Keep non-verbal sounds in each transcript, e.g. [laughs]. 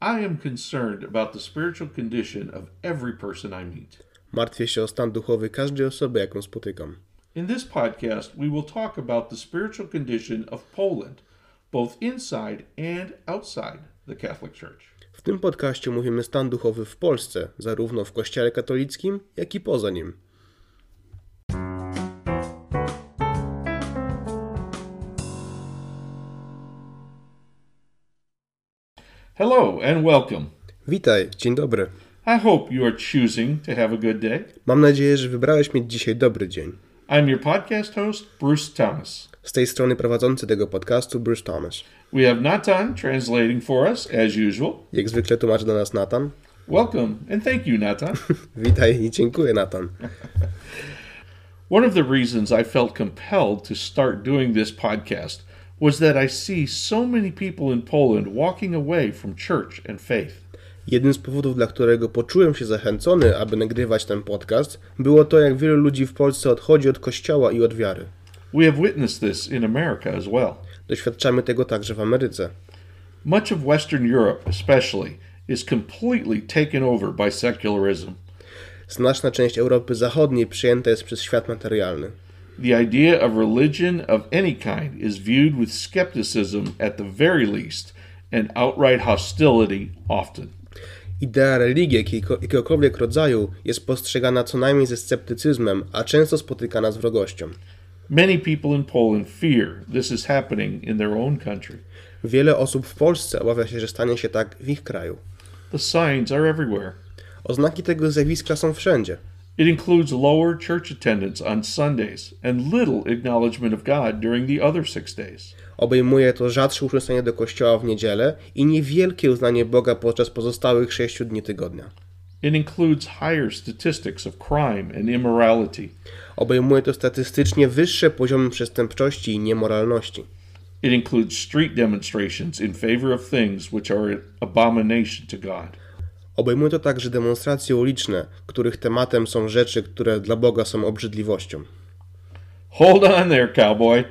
I am concerned about the spiritual condition of every person I meet. Martwię się o stan duchowy każdej osoby, jaką spotykam. In this podcast, we will talk about the spiritual condition of Poland, both inside and outside the Catholic Church. W tym podcaście mówimy stan duchowy w Polsce, zarówno w Kościele katolickim, jak i poza nim. Hello and welcome. Witaj, dzień dobry. I hope you are choosing to have a good day. Mam nadzieję, że wybrałeś mieć dzisiaj dobry dzień. I'm your podcast host, Bruce Thomas. Z tej strony prowadzący tego podcastu Bruce Thomas. We have Natan translating for us, as usual. Jak zwykle tłumaczy dla nas Nathan. Welcome and thank you, Natan. Witaj i dziękuję Nathan. One of the reasons I felt compelled to start doing this podcast was that I see so many people in Poland walking away from church and faith. Jednym z powodów, dla którego poczułem się zachęcony, aby nagrywać ten podcast, było to, jak wielu ludzi w Polsce odchodzi od kościoła i od wiary. We have witnessed this in America as well. Doświadczamy tego także w Ameryce. Much of Western Europe, especially, is completely taken over by secularism. Znaczna część Europy Zachodniej przyjęta jest przez świat materialny. The idea of religion of any kind is viewed with skepticism at the very least and outright hostility often. Idea religii jakiego- jakiegokolwiek rodzaju jest postrzegana co najmniej ze sceptycyzmem, a często spotykana z wrogością. Many people in Poland fear this is happening in their own country. Wiele osób w Polsce obawia się, że stanie się tak w ich kraju. The signs are everywhere. Oznaki tego zjawiska są wszędzie. It includes lower church attendance on Sundays and little acknowledgement of God during the other six days. Obejmuje to rzadsze uczęszczanie do kościoła w niedzielę i niewielkie uznanie Boga podczas pozostałych sześciu dni tygodnia. It includes higher statistics of crime and immorality. Obejmuje to statystycznie wyższe poziomy przestępczości i niemoralności. It includes street demonstrations in favor of things which are an abomination to God. Obejmuje to także demonstracje uliczne, których tematem są rzeczy, które dla Boga są obrzydliwością. Hold on there, cowboy.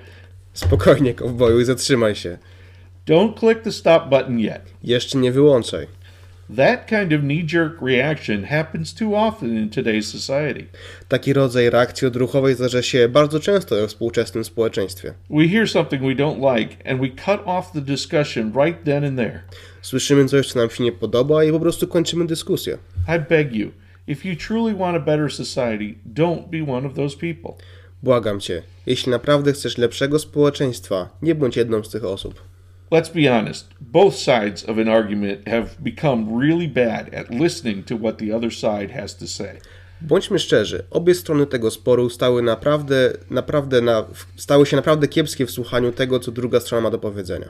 Spokojnie, kowboju, i zatrzymaj się. Don't click the stop button yet. Jeszcze nie wyłączaj. That kind of knee jerk reaction happens too often in today's society. Taki rodzaj reakcji odruchowej zdarza się bardzo często we współczesnym społeczeństwie. We hear something we don't like and we cut off the discussion right then and there. Słyszymy coś, co nam się nie podoba i po prostu kończymy dyskusję. I beg you, if you truly want a better society, don't be one of those people. Błagam cię, jeśli naprawdę chcesz lepszego społeczeństwa, nie bądź jedną z tych osób. Let's be honest, both sides of an argument have become really bad at listening to what the other side has to say. Bądźmy szczerzy, obie strony tego sporu stały naprawdę, naprawdę na, stały się naprawdę kiepskie w słuchaniu tego, co druga strona ma do powiedzenia.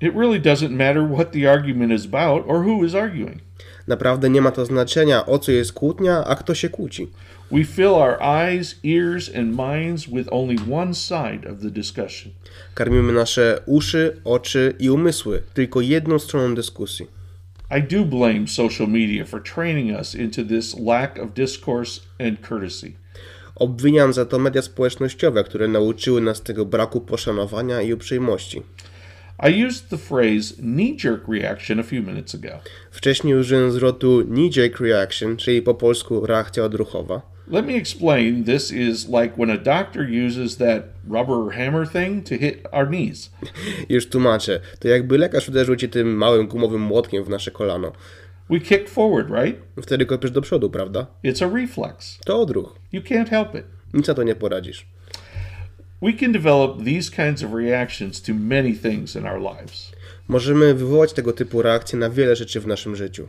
It really doesn't matter what the argument is about or who is arguing. Naprawdę nie ma to znaczenia, o co jest kłótnia, a kto się kłóci. We fill our eyes, ears, and minds with only one side of the discussion. Karmimy nasze uszy, oczy i umysły tylko jedną stroną dyskusji. I do blame social media for training us into this lack of discourse and courtesy. Obwiniam za to media społecznościowe, które nauczyły nas tego braku poszanowania i uprzejmości. I used the phrase knee jerk reaction a few minutes ago. Wcześniej użyłem zwrotu knee-jerk reaction, czyli po polsku reakcja odruchowa. Let me explain. This is like when a doctor uses that rubber hammer thing to hit our knees. Już tłumaczę, to jakby lekarz uderzył cię tym małym gumowym młotkiem w nasze kolano. We kick forward, right? Wtedy kopiesz do przodu, prawda? It's a reflex. To odruch. You can't help it. Nic na to nie poradzisz. We can develop these kinds of reactions to many things in our lives. Możemy wywołać tego typu reakcje na wiele rzeczy w naszym życiu.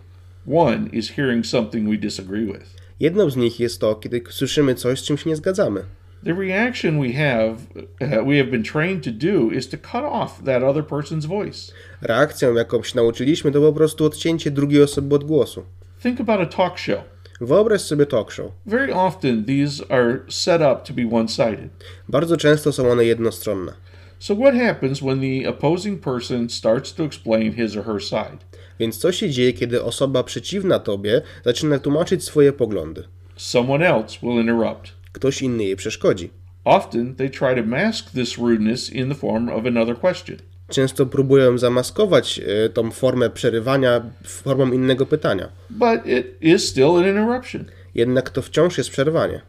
One is hearing something we disagree with. Jedną z nich jest to, kiedy słyszymy coś, z czym się nie zgadzamy. The reaction we have, uh, we have been trained to do, is to cut off that other person's voice. Reakcją, jaką się nauczyliśmy, to po prostu odcięcie drugiej osoby od głosu. Think about a talk show. Wyobraź sobie talk show. Very often, these are set up to be one sided. Bardzo często są one jednostronne. So, what happens when the opposing person starts to explain his or her side? Więc co się dzieje, kiedy osoba przeciwna tobie zaczyna tłumaczyć swoje poglądy? Someone else will interrupt. Ktoś inny jej przeszkodzi. Often, they try to mask this rudeness in the form of another question. często próbują zamaskować e, tą formę przerywania formą innego pytania. but it is still an interruption. Jednak to wciąż jest przerwanie.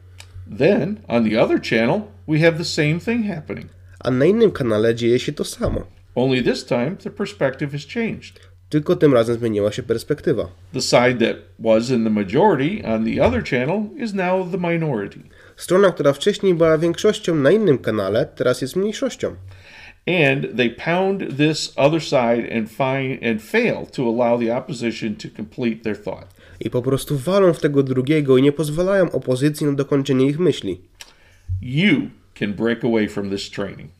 Then, on the other channel, we have the same thing happening, A na innym kanale dzieje się to samo. only this time the perspective has changed. Tylko tym razem zmieniła się perspektywa. The side that was in the majority on the other channel is now the minority. Strona, która wcześniej była większością na innym kanale, teraz jest mniejszością. and they pound this other side and find and fail to allow the opposition to complete their thought. I po prostu walą w tego drugiego i nie pozwalają opozycji na dokończenie ich myśli. You can break away from this training.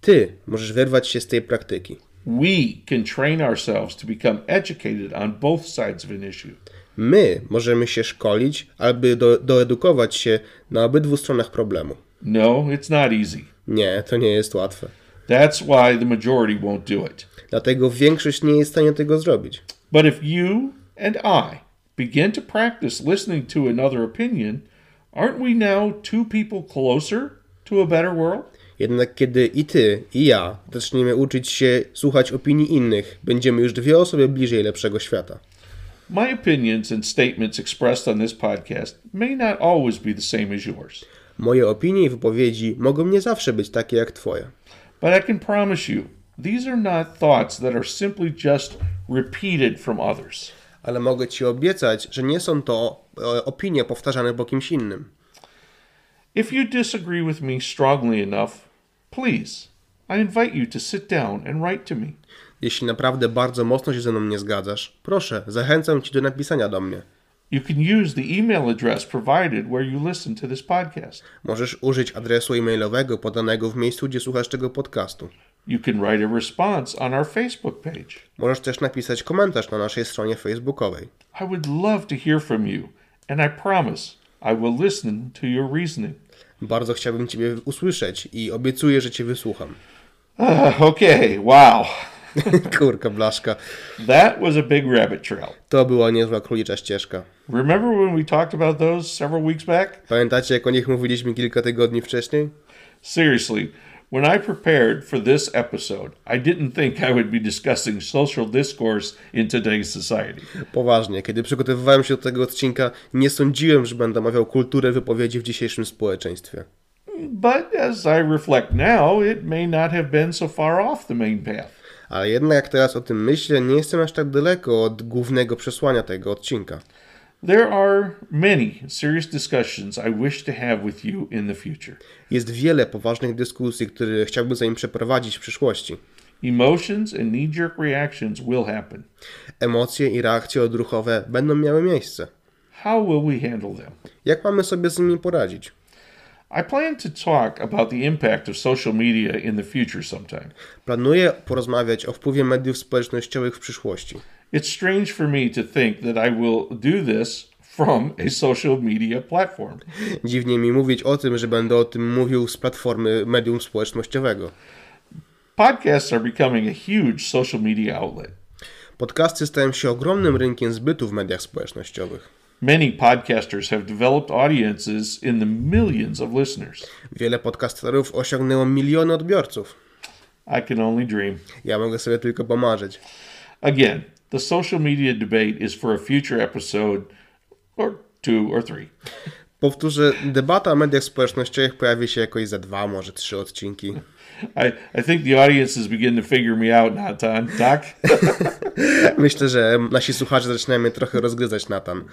Ty możesz wyrwać się z tej praktyki. We can train ourselves to become educated on both sides of an issue. My możemy się szkolić, aby do, doedukować się na obydwu stronach problemu. No, it's not easy. Nie, to nie jest łatwe. That's why the majority won't do it. Dlatego większość nie jest w stanie tego zrobić. But if you and I begin to practice listening to another opinion, aren't we now two people closer to a better world? Jednak kiedy i ty, i ja zaczniemy uczyć się słuchać opinii innych, będziemy już dwie osoby bliżej lepszego świata. My opinions and statements expressed on this podcast may not always be the same as yours, Moje opinie i wypowiedzi mogą nie zawsze być takie jak twoje, but I can promise you these are not thoughts that are simply just repeated from others. ale mogę ci obiecać, że nie są to e, opinie powtarzane po kimś innym. If you disagree with me strongly enough, please, I invite you to sit down and write to me. Jeśli naprawdę bardzo mocno się ze mną nie zgadzasz, proszę, zachęcam cię do napisania do mnie. You can use the email address provided where you listen to this podcast. Możesz użyć adresu e-mailowego podanego w miejscu, gdzie słuchasz tego podcastu. You can write a response on our Facebook page. Możesz też napisać komentarz na naszej stronie facebookowej. I would love to hear from you, and I promise I will listen to your reasoning. [sighs] Bardzo chciałbym Ciebie usłyszeć i obiecuję, że Cię wysłucham. [laughs] Uh, okay, wow. Kurka blaszka, That was a big rabbit trail. to była niezła królicza ścieżka. Remember when we talked about those several weeks back? Pamiętacie, jak o nich mówiliśmy kilka tygodni wcześniej? Seriously, when I prepared for this episode, I didn't think I would be discussing social discourse in today's society. Poważnie, kiedy przygotowywałem się do tego odcinka, nie sądziłem, że będę omawiał kulturę wypowiedzi w dzisiejszym społeczeństwie. But as I reflect now, it may not have been so far off the main path. Ale jednak jak teraz o tym myślę, nie jestem aż tak daleko od głównego przesłania tego odcinka. There are many serious discussions I wish to have with you in the future. Jest wiele poważnych dyskusji, które chciałbym za nim przeprowadzić w przyszłości. Emotions and knee jerk reactions will happen. Emocje i reakcje odruchowe będą miały miejsce. How will we handle them? Jak mamy sobie z nimi poradzić? I plan to talk about the impact of social media in the future sometime. Planuję porozmawiać o wpływie mediów społecznościowych w przyszłości. It's strange for me to think that I will do this from a social media platform. Dziwnie mi mówić o tym, że będę o tym mówił z platformy medium społecznościowego. Podcasts are becoming a huge social media outlet. Podcasty stają się ogromnym rynkiem zbytu w mediach społecznościowych. Many podcasters have developed audiences in the millions of listeners. Wiele podcasterów osiągnęło miliony odbiorców. I can only dream. Ja mogę sobie tylko pomarzyć. Again, the social media debate is for a future episode or two or three. Powtórzę, debata o mediach społecznościowych pojawi się jakoś za dwa, może trzy odcinki. [laughs] I, I think the audience is beginning to figure me out now, Tom. Doc? Myślę, że nasi słuchacze zaczynają mnie trochę rozgryzać, Natan.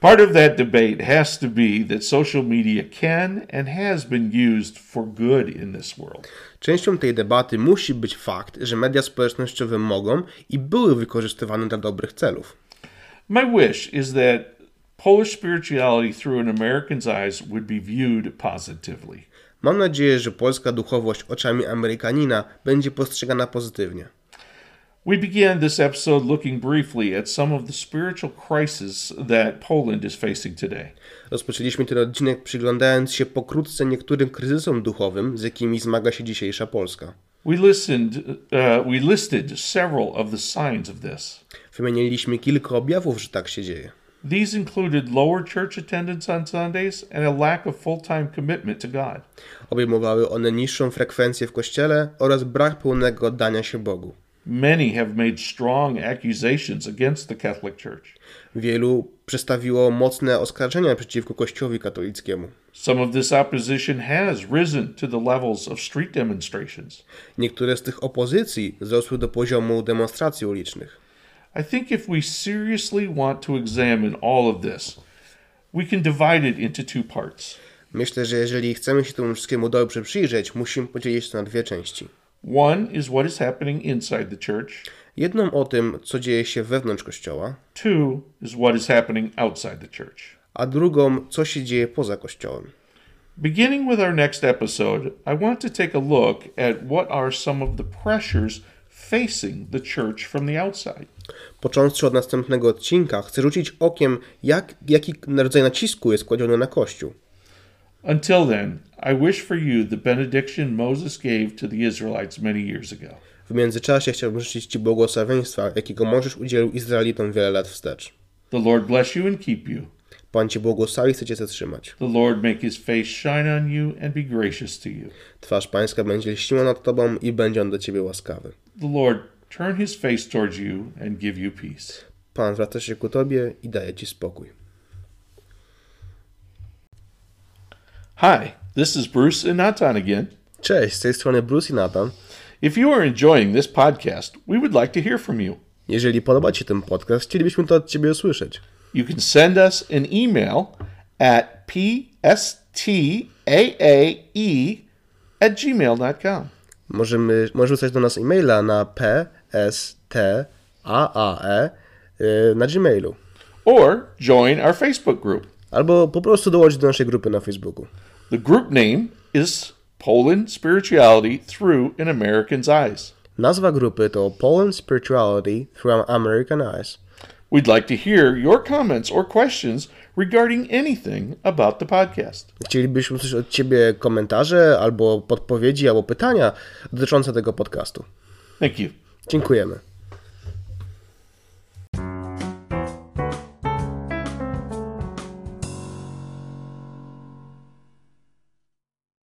Part of that debate has to be that social media can and has been used for good in this world. Częścią tej debaty musi być fakt, że media społecznościowe mogą i były wykorzystywane dla dobrych celów. My wish is that Polish spirituality through an American's eyes would be viewed positively. Mam nadzieję, że polska duchowość oczami Amerykanina będzie postrzegana pozytywnie. We began this episode looking briefly at some of the spiritual crises that Poland is facing today. Rozpoczęliśmy ten odcinek przyglądając się pokrótce niektórym kryzysom duchowym, z jakimi zmaga się dzisiejsza Polska. We listened uh, we listed several of the signs of this. Wymieniliśmy kilka objawów, że tak się dzieje. These included lower church attendance on Sundays and a lack of full time commitment to God. Obejmowały one niższą frekwencję w kościele oraz brak pełnego oddania się Bogu. Many have made strong accusations against the Catholic Church. Wielu przestawiło mocne oskarżenia przeciwko Kościołowi katolickiemu. Some of this opposition has risen to the levels of street demonstrations. Niektóre z tych opozycji wzrosły do poziomu demonstracji ulicznych. I think if we seriously want to examine all of this, we can divide it into two parts. Myślę, że jeżeli chcemy się temu wszystkiemu dobrze przyjrzeć, musimy podzielić to na dwie części. One is what is happening inside the church, Jedną o tym, co dzieje się wewnątrz Kościoła, two is what is happening outside the church. a drugą, co się dzieje poza Kościołem. Beginning with our next episode, I want to take a look at what are some of the pressures facing the church from the outside. Począwszy od następnego odcinka, chcę rzucić okiem, jak, jaki rodzaj nacisku jest kładziony na Kościół. Until then, I wish for you the benediction Moses gave to the Israelites many years ago. W międzyczasie chciałbym życzyć Ci błogosławieństwa, jakiego możesz udzielił Izraelitom wiele lat wstecz. The Lord bless you and keep you. Pan Cię błogosławi, chce Cię zatrzymać. The Lord make his face shine on you and be gracious to you. Twarz Pańska będzie lśniła nad Tobą i będzie on do Ciebie łaskawy. The Lord turn his face towards you and give you peace. Pan zwraca się ku Tobie i daje Ci spokój. Hi, this is Bruce and Natan again. Cześć, z tej strony Bruce i Nathan. If you are enjoying this podcast, we would like to hear from you. Jeżeli podoba Ci się ten podcast, chcielibyśmy to od Ciebie usłyszeć. You can send us an email at pstaae E at gmail.com. Możemy, możesz wysłać do nas e-maila na pstaae yy, na Gmailu. Or join our Facebook group. Albo po prostu dołącz do naszej grupy na Facebooku. The group name is Poland Spirituality Through an American's Eyes. Nazwa grupy to Poland Spirituality Through American Eyes. We'd like to hear your comments or questions regarding anything about the podcast. Chcielibyśmy usłyszeć od Ciebie komentarze, albo podpowiedzi, albo pytania dotyczące tego podcastu. Thank you. Dziękujemy.